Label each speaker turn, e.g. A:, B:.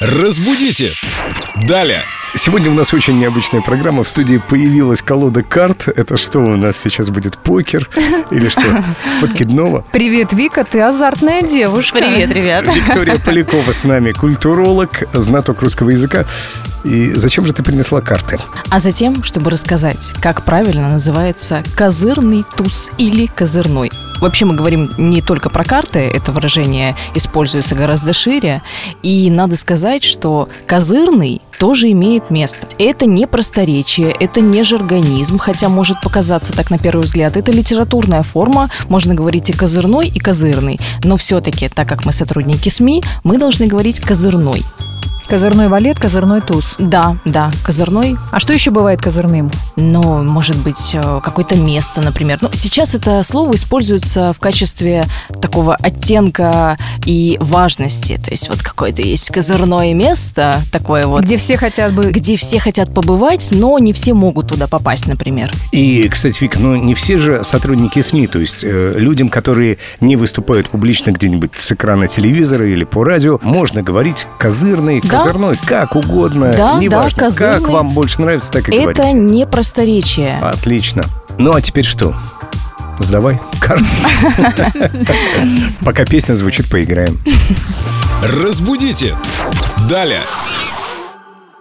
A: Разбудите! Далее!
B: Сегодня у нас очень необычная программа. В студии появилась колода карт. Это что у нас сейчас будет? Покер? Или что? В Подкидного?
C: Привет, Вика, ты азартная девушка.
D: Привет, ребят.
B: Виктория Полякова с нами, культуролог, знаток русского языка. И зачем же ты принесла карты?
D: А затем, чтобы рассказать, как правильно называется козырный туз или козырной. Вообще мы говорим не только про карты, это выражение используется гораздо шире. И надо сказать, что козырный тоже имеет место. Это не просторечие, это не жаргонизм, хотя может показаться так на первый взгляд. Это литературная форма, можно говорить и козырной, и козырный. Но все-таки, так как мы сотрудники СМИ, мы должны говорить козырной.
C: Козырной валет, козырной туз.
D: Да, да, козырной
C: А что еще бывает козырным?
D: но, может быть, э, какое-то место, например. Ну, сейчас это слово используется в качестве такого оттенка и важности. То есть вот какое-то есть козырное место, такое вот,
C: Где все хотят бы...
D: где все хотят побывать, но не все могут туда попасть, например.
B: И, кстати, Вик, ну не все же сотрудники СМИ, то есть э, людям, которые не выступают публично где-нибудь с экрана телевизора или по радио, можно говорить козырный,
D: Да.
B: козырной, как угодно,
D: Да, да,
B: неважно, как
D: козырный.
B: вам больше нравится, так и говорите.
D: Это не просторечие.
B: Отлично. Ну а теперь что? Сдавай карты. Пока песня звучит, поиграем.
A: Разбудите! Далее!